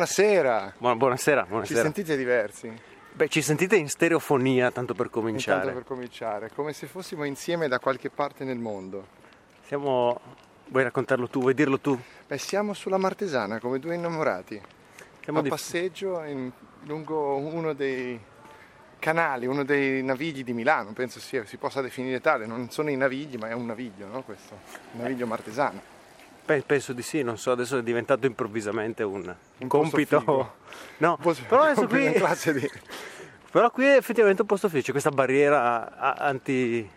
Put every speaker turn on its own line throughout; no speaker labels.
Buonasera.
Buona- buonasera,
Ci
buonasera.
sentite diversi?
Beh, ci sentite in stereofonia, tanto per cominciare.
Intanto per cominciare, come se fossimo insieme da qualche parte nel mondo.
Siamo... Vuoi raccontarlo tu? Vuoi dirlo tu?
Beh, siamo sulla Martesana come due innamorati.
Siamo
a
di-
passeggio in- lungo uno dei canali, uno dei navigli di Milano, penso sia- si possa definire tale. Non sono i navigli, ma è un naviglio, no? Questo, un
Eh.
naviglio martesano.
pe- penso di sì, non so, adesso è diventato improvvisamente un,
Un posto
compito.
figo.
No,
Posso-
però adesso
proprio
qui...
una classe di-
Però qui è effettivamente un posto figo, c'è questa barriera a- anti...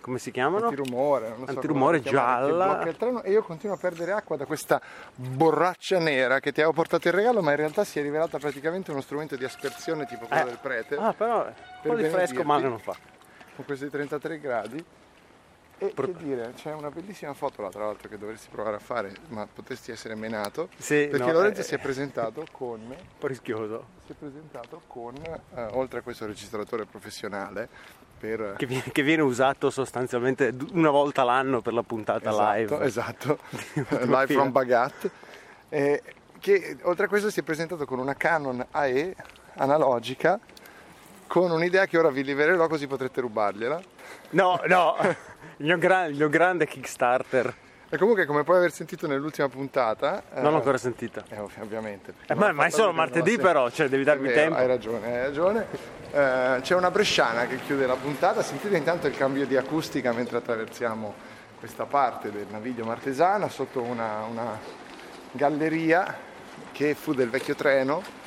come si chiamano?
antirumore, non lo so
Antirumore
come la chiamate, che
gialla.
blocca il treno e io continuo a perdere acqua da questa borraccia nera che ti avevo portato in regalo, ma in realtà si è rivelata praticamente uno strumento di aspersione tipo quello
Eh,
del prete
Ah, però un po' di fresco
benedirti.
male non fa.
con questi 33 gradi. E
Pro-
che dire, c'è una bellissima foto là tra l'altro che dovresti provare a fare, ma potresti essere menato.
Sì,
perché
no,
Lorenzo
eh,
si è presentato con
Un po' rischioso.
si è presentato con eh, oltre a questo registratore professionale per
Che viene, che viene usato sostanzialmente d- una volta l'anno per la puntata
esatto,
live.
Esatto,
ultima
live
fila.
from Bagat. eh, che oltre a questo si è presentato con una Canon AE analogica con un'idea che ora vi libererò così potrete rubargliela.
No, no, il mio, gran- il mio grande Kickstarter.
E comunque come puoi aver sentito nell'ultima puntata...
Non l'ho
eh,
ancora sentita.
eh, ov- ovviamente. perché
Eh, ma,
l'ho
ma è
fatta
solo
vedere
martedì
la sera.
però, cioè devi
È
darmi
vero,
tempo.
Hai ragione, hai ragione. Eh, c'è una bresciana che chiude la puntata, sentite intanto il cambio di acustica mentre attraversiamo questa parte del naviglio martesana sotto una, una galleria che fu del vecchio treno.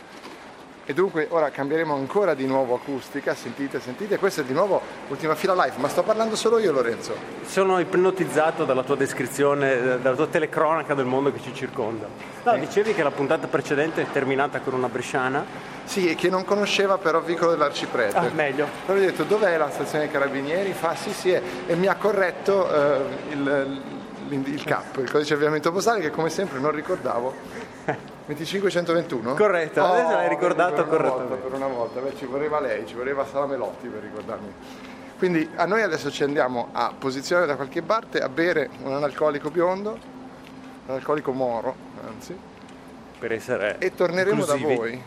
E dunque ora cambieremo ancora di nuovo acustica, sentite, sentite, questa è di nuovo ultima fila live, ma sto parlando solo io Lorenzo.
Sono ipnotizzato dalla tua descrizione, eh, dalla tua telecronaca del mondo che ci circonda. No, dicevi che la puntata precedente è terminata con una bresciana.
Sì, e che non conosceva però Vicolo dell'Arciprete.
Ah, meglio.
Allora gli ho detto dov'è la stazione dei carabinieri? Fa sì sì è- e mi ha corretto eh, il, l'indi- il CAP, il codice di avviamento postale che come sempre non ricordavo. 2521?
Corretto, adesso l'hai ricordato
vedi, per una volta,
correttamente.
Per una volta, Beh, ci voleva lei, ci voleva Sara Melotti per ricordarmi. Quindi a noi adesso ci andiamo a posizionare da qualche parte a bere un analcolico biondo, un analcolico moro, anzi,
Per essere
e torneremo
inclusivi.
da voi.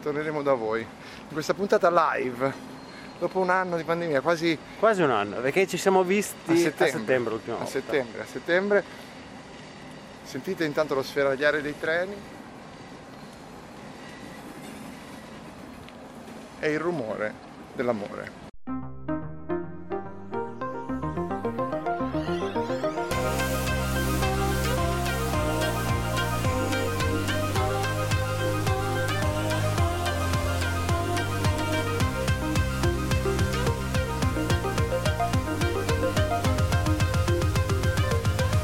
Torneremo da voi in questa puntata live dopo un anno di pandemia, quasi
Quasi un anno, perché ci siamo visti
a settembre.
l'ultima
a
volta.
settembre, a settembre. Sentite intanto lo sferagliare dei treni e il rumore dell'amore.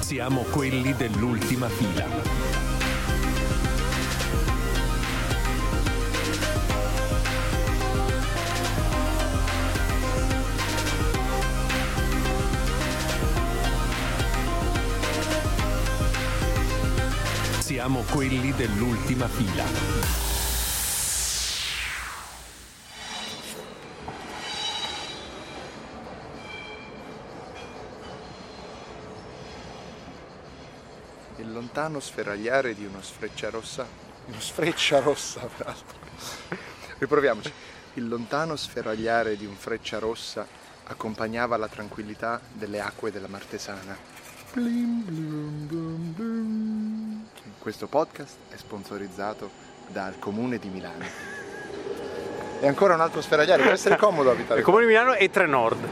Siamo quelli dell'ultima fila. Siamo quelli dell'ultima fila.
Il lontano sferagliare di uno sfreccia rossa. Uno sfreccia rossa, peraltro. Riproviamoci. Il lontano sferagliare di un freccia rossa accompagnava la tranquillità delle acque della Martesana. Blim, blum, blum, blum. Questo podcast è sponsorizzato dal comune di Milano. E ancora un altro sferagliare, può essere comodo abitare.
Il Comune di Milano e Tre Nord.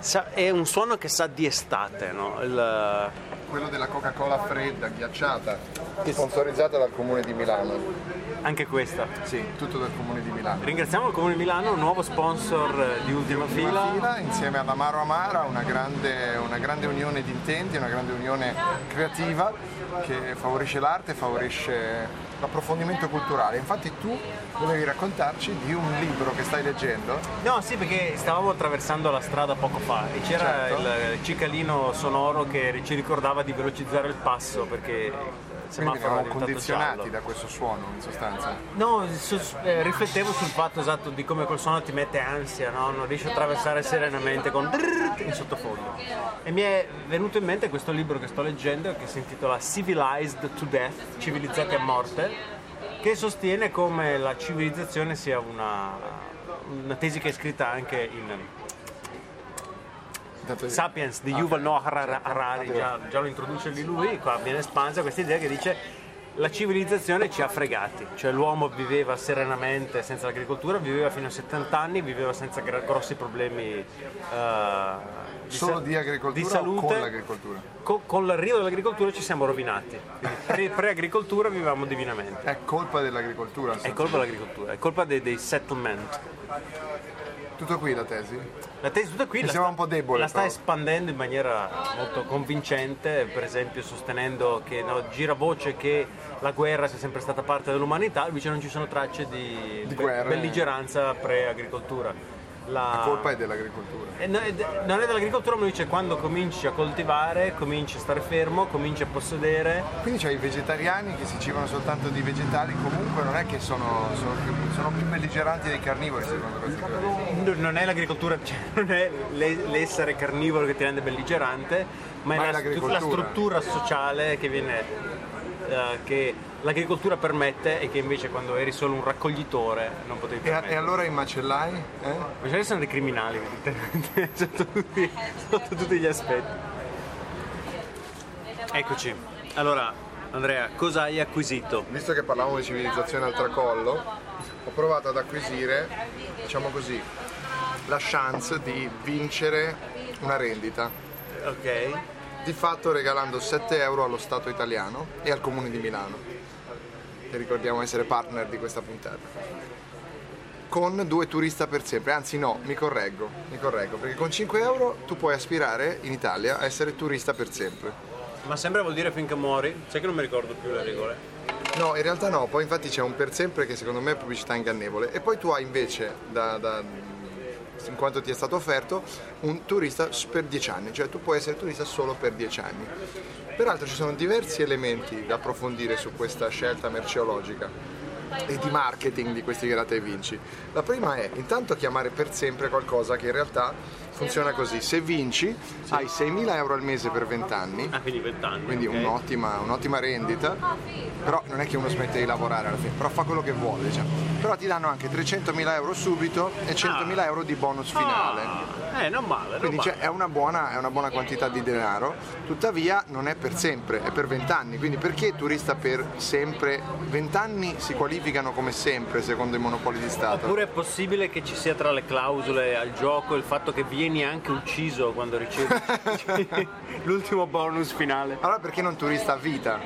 Sa- è un suono che sa di estate, no? Il-
Quello della Coca-Cola fredda, ghiacciata, sponsorizzata dal comune di Milano.
anche questa, sì.
Tutto dal comune di Milano.
Ringraziamo il Comune di Milano, nuovo sponsor eh, di Ultima
Prima
Fila.
fila, insieme all'Amaro Amara, una grande, una grande unione di intenti, una grande unione creativa che favorisce l'arte, favorisce l'approfondimento culturale. Infatti tu dovevi raccontarci di un libro che stai leggendo,
No, sì, perché stavamo attraversando la strada poco fa e c'era
Certo.
il cicalino sonoro che ci ricordava di velocizzare il passo perché semaforio
Quindi eravamo
è diventato giallo.
condizionati da questo suono in sostanza.
No, su- eh, riflettevo sul fatto esatto di come quel suono ti mette ansia, no? non riesci a attraversare serenamente con drrrr in sottofondo. E mi è venuto in mente questo libro che sto leggendo che si intitola Civilized to Death, civilizzati a morte, che sostiene come la civilizzazione sia una, una tesi che è scritta anche in
Intanto-
Sapiens di Yuval Noah
Certo.
Harari, Harari, già, già lo introduce lì lui, qua viene espansa questa idea che dice la civilizzazione ci ha fregati, cioè l'uomo viveva serenamente senza l'agricoltura, viveva fino a 70 anni, viveva senza gra- grossi problemi eh, di
Solo
sa-
di agricoltura
di
o
salute.
con l'agricoltura?
Co- con l'arrivo dell'agricoltura ci siamo rovinati, Quindi pre- pre-agricoltura vivevamo divinamente.
È colpa dell'agricoltura.
È colpa dell'agricoltura, è colpa dei, dei settlement.
Tutto qui la tesi?
La tesi tutta qui
Mi
la
sembra
sta,
un po' debole,
la sta
però.
espandendo in maniera molto convincente, per esempio sostenendo che no, gira voce che la guerra sia sempre stata parte dell'umanità, invece non ci sono tracce di,
Di guerre.
belligeranza pre-agricoltura. La,
La colpa è dell'agricoltura.
Eh, no, è de- non è dell'agricoltura, ma dice quando cominci a coltivare, cominci a stare fermo, cominci a possedere,
Quindi c'è i vegetariani che si cibano soltanto di vegetali, comunque non è che sono, sono più, sono più belligeranti dei carnivori secondo questa teoria.
No, non è l'agricoltura, cioè, non è l'e- l'essere carnivoro che ti rende belligerante, ma,
Ma è
è la, stru-
l'agricoltura.
la struttura sociale che viene eh, che l'agricoltura permette e che invece quando eri solo un raccoglitore non potevi
E, a-
permettere.
e allora i macellai? Eh?
Ma ce ne sono dei criminali evidentemente, sotto tutti, sotto tutti gli aspetti. Eccoci. Allora, Andrea, cosa hai acquisito?
Visto che parlavamo di civilizzazione al tracollo, ho provato ad acquisire, diciamo così, la chance di vincere una rendita,
Ok.
di fatto regalando 7 euro allo Stato italiano e al Comune di Milano, che ricordiamo essere partner di questa puntata. Con due turista per sempre, anzi no, mi correggo, mi correggo, perché con 5 euro tu puoi aspirare in Italia a essere turista per sempre.
Ma sembra vuol dire finché muori? Sai che non mi ricordo più le regole.
No, in realtà no, poi infatti c'è un per sempre che secondo me è pubblicità ingannevole e poi tu hai invece, da, da- in quanto ti è stato offerto, un turista s- per 10 anni, cioè tu puoi essere turista solo per 10 anni. Peraltro ci sono diversi elementi da approfondire su questa scelta merceologica e di marketing di questi gratta e vinci. La prima è intanto chiamare per sempre qualcosa che in realtà funziona così, se vinci hai 6.000 euro al mese per 20 anni
Ah, quindi vent'anni.
quindi
ok.
un'ottima, un'ottima rendita però non è che uno smette di lavorare alla fine però fa quello che vuole diciamo. però ti danno anche 300.000 euro subito e 100.000 euro di bonus finale
Ah, eh, non male, non
quindi
male.
cioè, è, una buona, è una buona quantità di denaro tuttavia non è per sempre è per 20 anni quindi perché turista per sempre 20 anni si qualificano come sempre secondo i monopoli di Stato
Oppure è possibile che ci sia tra le clausole al gioco il fatto che vieni anche ucciso quando ricevi l'ultimo bonus finale.
allora perché non turista a vita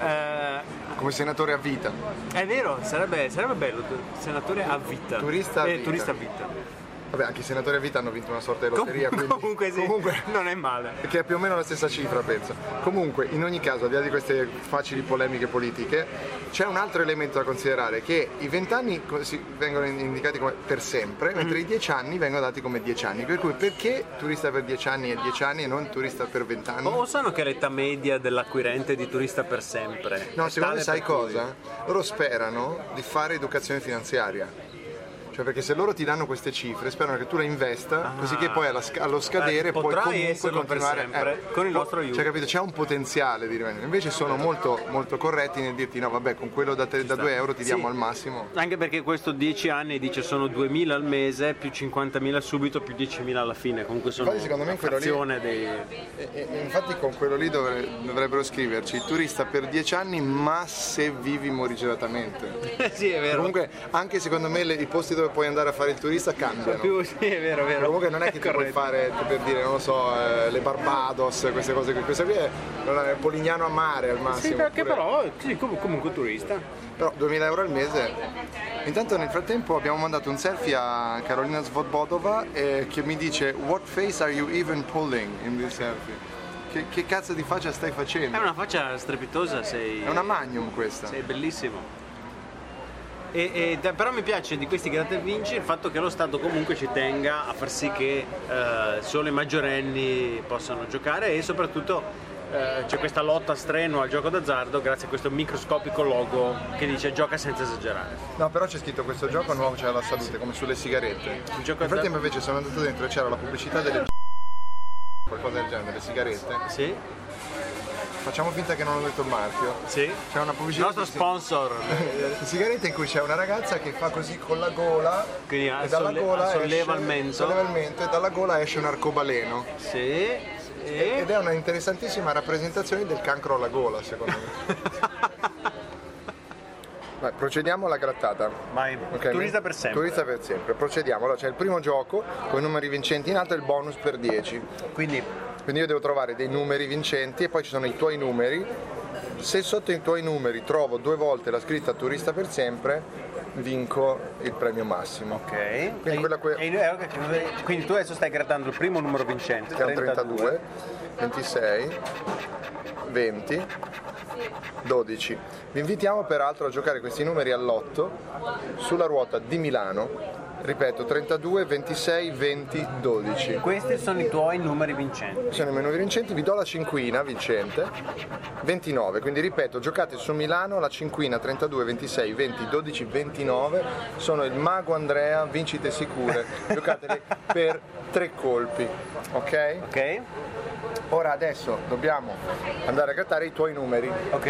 Eh,
come senatore a vita
è vero, sarebbe, sarebbe bello, tu- senatore a vita.
Turista a
Eh,
vita.
turista a vita.
vabbè anche i senatori a vita hanno vinto una sorta di lotteria
Com-
quindi-
comunque sì,
comunque
non è male.
che è più o meno la stessa cifra, penso. Comunque, in ogni caso, al di là di queste facili polemiche politiche, c'è un altro elemento da considerare, che i 20 anni co- si- vengono in- indicati come per sempre, mentre i 10 anni vengono dati come 10 anni. Per cui perché turista per 10 anni e 10 anni e non turista per 20 anni?
O sanno che è l'età media dell'acquirente di turista per sempre?
No,
È
secondo me
tale
sai
per cui-
cosa? Loro sperano di fare educazione finanziaria. Cioè perché se loro ti danno queste cifre sperano che tu le investa così che poi alla sca- allo scadere
Eh,
puoi
Ah. potrai
comunque
esserlo per
continuare eh,
sempre, con il
po-
nostro aiuto.
Cioè capito, c'è un potenziale di rimanere. Invece sono molto, molto corretti nel dirti no vabbè con quello da, te- da 2 euro ti
Sì.
diamo al massimo.
Anche perché questo 10 anni dice sono 2.000 al mese, più 50.000 subito, più 10.000 alla fine. Comunque sono
Infatti, secondo me
una
quello lì-
frazione dei...
E, e- e infatti con quello lì dovre- dovrebbero scriverci turista per 10 anni ma se vivi morigeratamente.
sì, è vero.
Comunque anche secondo me le- i posti dove puoi andare a fare il turista cambiano.
Più- sì, è vero, è vero.
Comunque non è che tu puoi
Corretto.
fare per dire, non lo so, eh, le Barbados, queste cose qui. Questa qui è, non è Polignano a mare al massimo.
Sì, perché
oppure-
però, sì, com- comunque turista.
Però 2000 euro al mese. Intanto nel frattempo abbiamo mandato un selfie a Carolina Svobodova eh, che mi dice What face are you even pulling in this selfie? Che, che cazzo di faccia stai
È
facendo?
una faccia strepitosa, sei...
È una magnum questa.
Sei bellissimo. E, e da- però mi piace di questi gratta e vinci il fatto che lo Stato comunque ci tenga a far sì che eh, solo i maggiorenni possano giocare e soprattutto eh, c'è questa lotta strenua al gioco d'azzardo grazie a questo microscopico logo che dice gioca senza esagerare.
No, però c'è scritto questo gioco nuovo c'è la salute, come sulle sigarette.
Il gioco
Nel frattempo
d'azzardo...
invece sono andato dentro e c'era la pubblicità delle qualcosa del genere, le sigarette.
Sì?
Facciamo finta che non ho detto il marchio.
Sì?
C'è una
Il
pubblicità
nostro
di-
sponsor,
di sigarette in cui c'è una ragazza che fa così con la gola
Quindi, ah,
e dalla
solle-
gola
ah, solleva
esce-
il mento.
solleva il mento e dalla gola esce un arcobaleno.
sì, e...
Ed è una interessantissima rappresentazione del cancro alla gola, secondo me. Vai, procediamo alla grattata.
Vai,
Ok,
turista
mi-
per sempre.
Turista per sempre, procediamo. Allora, c'è il primo gioco con i numeri vincenti in alto e il bonus per 10.
Quindi
Quindi io devo trovare dei numeri vincenti e poi ci sono i tuoi numeri. Se sotto i tuoi numeri trovo due volte la scritta turista per sempre, vinco il premio massimo.
Ok,
Quindi
E-
quella que-
e- eh, ok, quindi tu adesso stai grattando il primo numero vincente,
Che è un 32, 26, 20, 12. Vi invitiamo peraltro a giocare questi numeri all'otto sulla ruota di Milano. Ripeto, 32, 26, 20, 12.
Questi sono i tuoi numeri vincenti.
Sono i meno vincenti, vi do la cinquina vincente, 29, quindi ripeto, giocate su Milano, la cinquina 32, 26, 20, 12, 29, sono il mago Andrea, vincite sicure, giocatele per tre colpi, ok?
Ok?
Ora adesso dobbiamo andare a grattare i tuoi numeri,
Ok?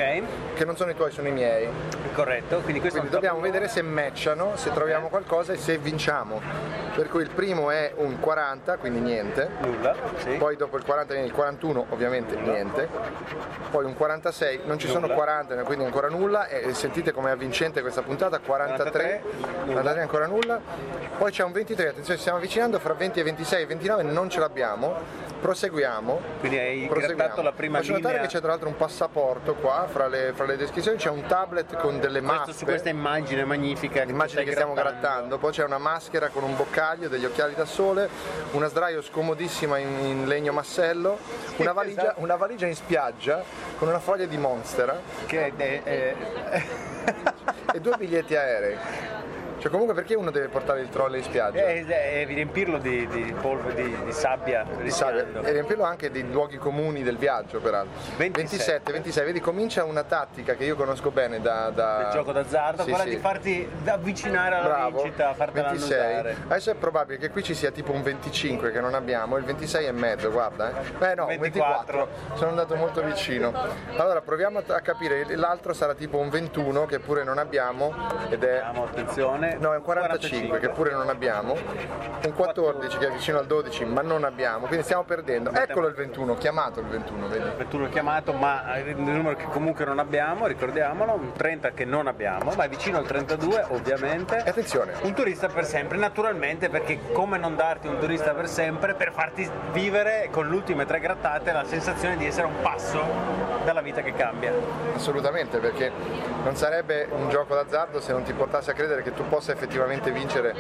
che non sono i tuoi, sono i miei.
Corretto. Quindi
Quindi
questo è un top-
dobbiamo vedere se matchano, se troviamo qualcosa e se vinciamo. Per cui il primo è un 40, quindi niente.
nulla. Sì.
Poi dopo il 40 viene il 41, ovviamente niente. Poi un 46, non ci sono
Nulla.
40, quindi ancora nulla. E sentite com'è avvincente questa puntata, 43,
43, nulla.
43 ancora nulla. Poi c'è un 23, attenzione, ci stiamo avvicinando, fra 20 e 26 e 29 non ce l'abbiamo. Proseguiamo.
Quindi hai
Proseguiamo.
grattato la prima
Faccio
linea.
notare che c'è tra l'altro un passaporto qua, fra le, fra le descrizioni c'è un tablet con delle
Questo, su
mappe.
questa immagine magnifica che
Immagini
tu
che
stai
stiamo grattando, poi c'è una maschera con un boccaglio, degli occhiali da sole, una sdraio scomodissima in, in legno massello, una valigia,
esatto.
una valigia in spiaggia con una foglia di monstera
Che è- è- è-
e due biglietti aerei. Cioè comunque perché uno deve portare il trolley in spiaggia?
è- è- è riempirlo di, di polvere, di, di sabbia,
Di sabbia. eh,
rischiando.
e riempirlo anche di luoghi comuni del viaggio peraltro
27.
27 26 vedi comincia una tattica che io conosco bene da, da...
Del gioco d'azzardo,
Sì,
quella
sì.
di farti avvicinare alla
Bravo,
vincita, fartela
26.
annusare.
Adesso è probabile che qui ci sia tipo un 25 che non abbiamo, il 26 e mezzo, guarda. Eh, Beh no, un 24.
24.
sono andato molto vicino. Allora proviamo a capire, l'altro sarà tipo un 21 che pure non abbiamo ed è...
Vediamo, attenzione.
No, è un 45, che pure non abbiamo, un 14 che è vicino al 12 ma non abbiamo, quindi stiamo perdendo. Eccolo il 21, chiamato il 21, vedi?
Beh, Tu l'ho chiamato, ma è un numero che comunque non abbiamo, ricordiamolo, un 30 che non abbiamo, ma è vicino al 32 ovviamente.
E attenzione,
Un turista per sempre, naturalmente, perché come non darti un turista per sempre per farti vivere con le ultime tre grattate la sensazione di essere a un passo dalla vita che cambia.
Assolutamente, perché non sarebbe un gioco d'azzardo se non ti portasse a credere che tu possa effettivamente vincere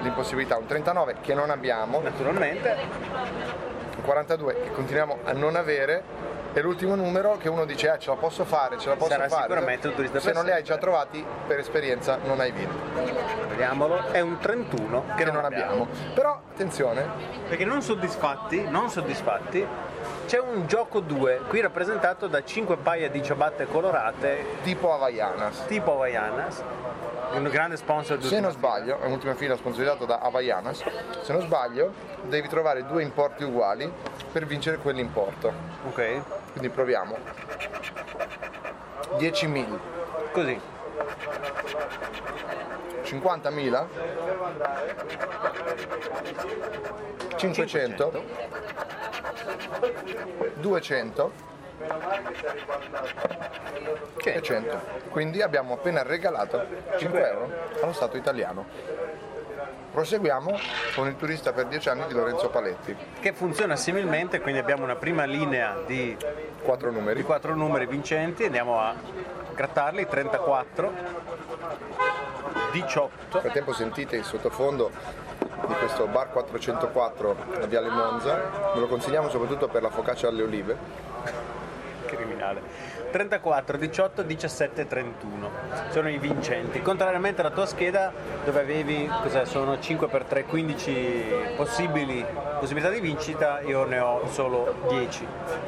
l'impossibilità. Un 39 che non abbiamo, un
Naturalmente,
42 che continuiamo a non avere e l'ultimo numero che uno dice ah ce la posso fare, ce la posso
Sarà
fare.
sicuramente un turista
Se
per
non li hai già
sempre.
trovati, per esperienza non hai vinto,
vediamolo, è un 31 che,
che non abbiamo. Però attenzione,
Perché non soddisfatti, non soddisfatti, c'è un gioco 2, qui rappresentato da 5 paia di ciabatte colorate
tipo Havaianas.
tipo Havaianas, un grande sponsor di
Se non sbaglio, è un'ultima fila sponsorizzato da Havaianas, se non sbaglio devi trovare due importi uguali per vincere quell'importo.
Ok,
Quindi proviamo. 10.000,
così.
50.000, 500, 200 e 100. Quindi abbiamo appena regalato 5 euro allo Stato italiano. Proseguiamo con il turista per 10 anni di Lorenzo Paletti.
Che funziona similmente, quindi abbiamo una prima linea di,
Quattro
di
numeri.
quattro numeri vincenti, andiamo a grattarli, 34, 18,
Nel frattempo sentite il sottofondo di questo bar 404 a Viale Monza, ve lo consigliamo soprattutto per la focaccia alle olive,
criminale. totale. 34, 18, 17, 31 sono i vincenti. Contrariamente alla tua scheda dove avevi, cos'è, sono 5 per 3, 15 possibili possibilità di vincita, io ne ho solo 10.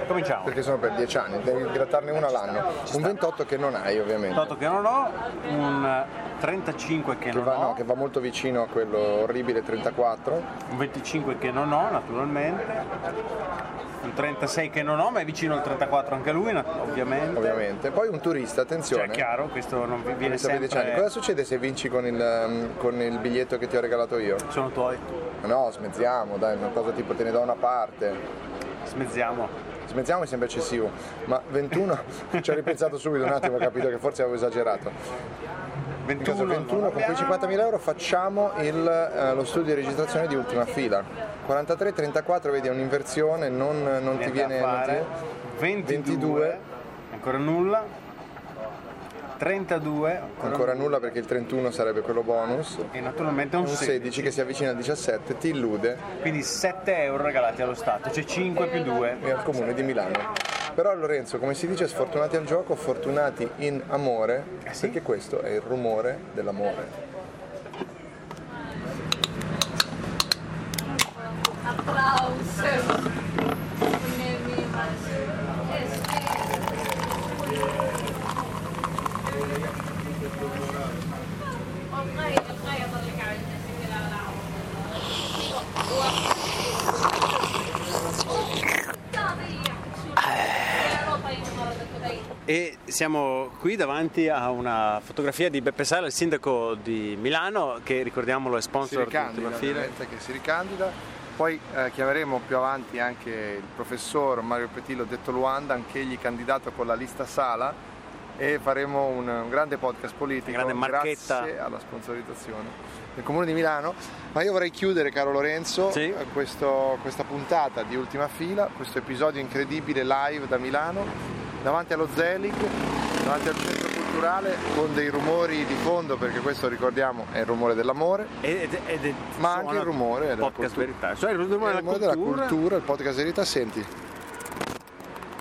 Cominciamo.
perché sono per 10 anni, devi grattarne una all'anno. Un 28 che non hai ovviamente.
8 che non ho, un 35 che
Che
non
va, no,
ho,
che va molto vicino a quello orribile 34.
un 25 che non ho naturalmente, un 36 che non ho, ma è vicino al 34 anche lui nat- ovviamente.
Ovviamente. Poi un turista,
Cioè
attenzione.
è chiaro, questo non vi viene
Turista per 10 anni. Cosa
sempre... eh,
succede se vinci con il, ehm, con il biglietto che ti ho regalato io?
Sono tuoi,
No, smezziamo, dai, una cosa tipo te ne do una parte.
smezziamo.
Smezziamo mi sembra eccessivo, ma 21 ci ho ripensato subito un attimo, ho capito che forse avevo esagerato. In caso
21,
21 con quei 50.000 euro facciamo il, eh, lo studio di registrazione di ultima fila. 43-34, vedi, è un'inversione, non, non ti viene... non ti-
22,
22.
ancora nulla, 32, ancora
Ancora nulla perché il 31 sarebbe quello bonus.
e naturalmente un,
Un
16.
16 che si avvicina al 17 ti illude
Quindi 7 euro regalati allo Stato, cioè 5 più 2.
e al comune di Milano. Però Lorenzo, come si dice, sfortunati al gioco, fortunati in amore,
sì?
perché questo è il rumore dell'amore.
Applausos. Este. Okay, okay, talaga. Kasi kilala ako. Sabi, Pero kayo mga nagpatay.
E siamo qui davanti a una fotografia di Beppe Sala, il sindaco di Milano, che ricordiamolo è
Si
sponsor di
ricandida,
Ultima Fila.
ovviamente, che si ricandida. Poi eh, chiameremo più avanti anche il professor Mario Petillo, detto Luanda, anch'egli candidato con la lista Sala e faremo un, un grande podcast politico
Una grande marchetta.
grazie alla sponsorizzazione del Comune di Milano. Ma io vorrei chiudere, caro Lorenzo,
Sì.
eh, questo- questa puntata di Ultima Fila, questo episodio incredibile live da Milano, davanti allo Zelig, davanti al centro culturale, con dei rumori di fondo, perché questo ricordiamo è il rumore dell'amore.
Ed- ed- ed-
Ma
suona
anche il rumore della
podcast
cultura.
verità. Cioè, il rumore,
Il
della,
mondo
cultura.
della cultura, il podcast di verità, senti,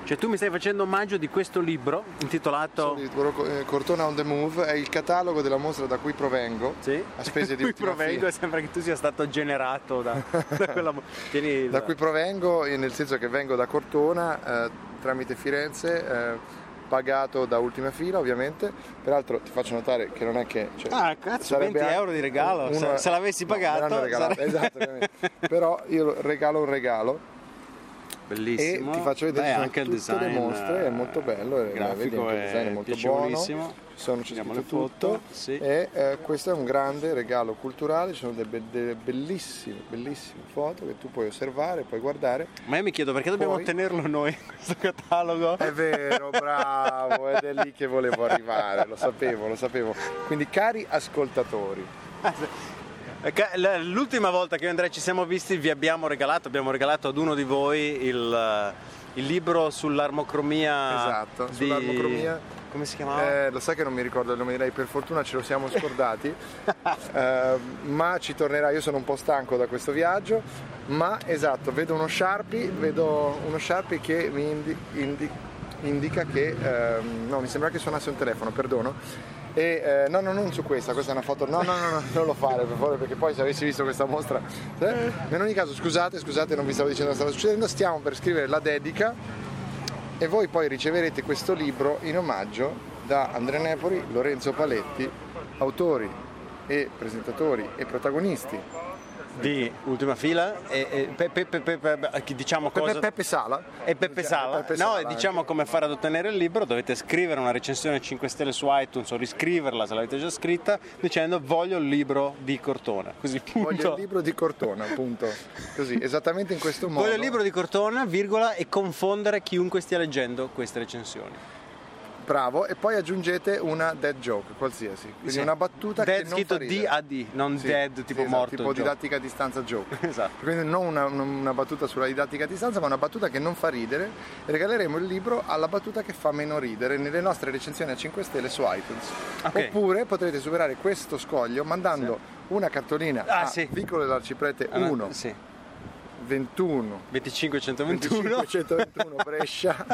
Cioè, tu mi stai facendo omaggio di questo libro intitolato
il libro, eh, Cortona on the Move è il catalogo della mostra da cui provengo,
Sì.
a spese di
cui
ultima
provengo,
fila.
sembra che tu sia stato generato da, da quella. mo- Tieni il-
Da cui provengo, eh, nel senso che vengo da Cortona eh, tramite Firenze, eh, pagato da ultima fila ovviamente. Peraltro ti faccio notare che non è che... cioè,
Ah, cazzo,
sarebbe
20
anche
euro di regalo, se- se l'avessi
No, me
pagato,
l'hanno regalato,
sare-
Esatto, ovviamente. Però io regalo un regalo. e
Bellissimo.
ti faccio vedere
Beh,
ci sono
anche il
tutte
design.
le mostre, è molto bello,
il
eh, vedi
grafico
anche il
è,
design è molto buono,
piacevolissimo.
ci sono c'è
Vediamo
scritto
le foto,
tutto
sì.
e eh, questo è un grande regalo culturale, ci sono delle, be- delle bellissime, bellissime foto che tu puoi osservare, puoi guardare.
Ma io mi chiedo perché dobbiamo
Poi-
tenerlo noi questo catalogo?
È vero, bravo, ed è lì che volevo arrivare, lo sapevo, lo sapevo. Quindi cari ascoltatori,
Eh, Ca- l- L'ultima volta che io e Andrea ci siamo visti vi abbiamo regalato, abbiamo regalato ad uno di voi il, eh, il libro sull'armocromia.
Esatto,
di-
sull'armocromia.
Come si chiamava?
eh, lo sai che non mi ricordo il nome di lei, per fortuna ce lo siamo scordati, eh, ma ci tornerà, io sono un po' stanco da questo viaggio, ma esatto, vedo uno Sharpie, vedo uno Sharpie che mi indi- indi- indica che, ehm, no mi sembra che suonasse un telefono, perdono. E eh, no, no, non su questa, questa è una foto. No, no, no, no, non lo fare per favore, perché poi se avessi visto questa mostra. eh. Ma in ogni caso, scusate, scusate, non vi stavo dicendo cosa stava succedendo. Stiamo per scrivere la dedica e voi poi riceverete questo libro in omaggio da Andrea Nepoli, Lorenzo Paletti, autori e presentatori e protagonisti.
di ultima fila e, e pe- pe- pe- pe- pe- chi- diciamo
Peppe,
cosa
Peppe Sala.
e Peppe Sala,
Peppe
no,
Sala eh.
e diciamo
anche.
come fare ad ottenere il libro, dovete scrivere una recensione 5 stelle su iTunes o riscriverla se l'avete già scritta dicendo voglio il libro di Cortona, così punto.
Voglio il libro di Cortona, appunto. Così, esattamente in questo modo.
Voglio il libro di Cortona, virgola, e confondere chiunque stia leggendo queste recensioni.
Bravo, e poi aggiungete una dead joke qualsiasi, quindi
Sì.
una battuta che
Dead
non
scritto
fa ridere.
D-A-D, non
Sì,
dead
sì,
tipo
esatto,
morto.
tipo
gioco.
didattica a distanza joke.
Esatto.
Quindi non una, una battuta sulla didattica a distanza, ma una battuta che non fa ridere. E regaleremo il libro alla battuta che fa meno ridere nelle nostre recensioni a 5 stelle su iTunes.
Ok.
Oppure potrete superare questo scoglio mandando una cartolina
Ah,
a
sì.
Vicolo dell'Arciprete
Ah, no,
1
Sì,
21
25 121.
25 121 Brescia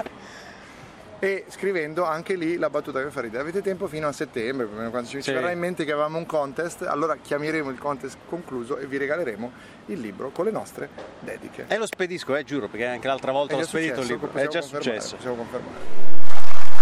e scrivendo anche lì la battuta che fa ridere. Avete tempo fino a settembre, più o meno, quando ci
Sì.
verrà in mente che avevamo un contest, allora chiameremo il contest concluso e vi regaleremo il libro con le nostre dediche.
E lo spedisco, eh, giuro, perché anche l'altra volta
È
l'ho
già
spedito
successo,
il libro. È
possiamo
già
confermare,
successo.
Possiamo confermare.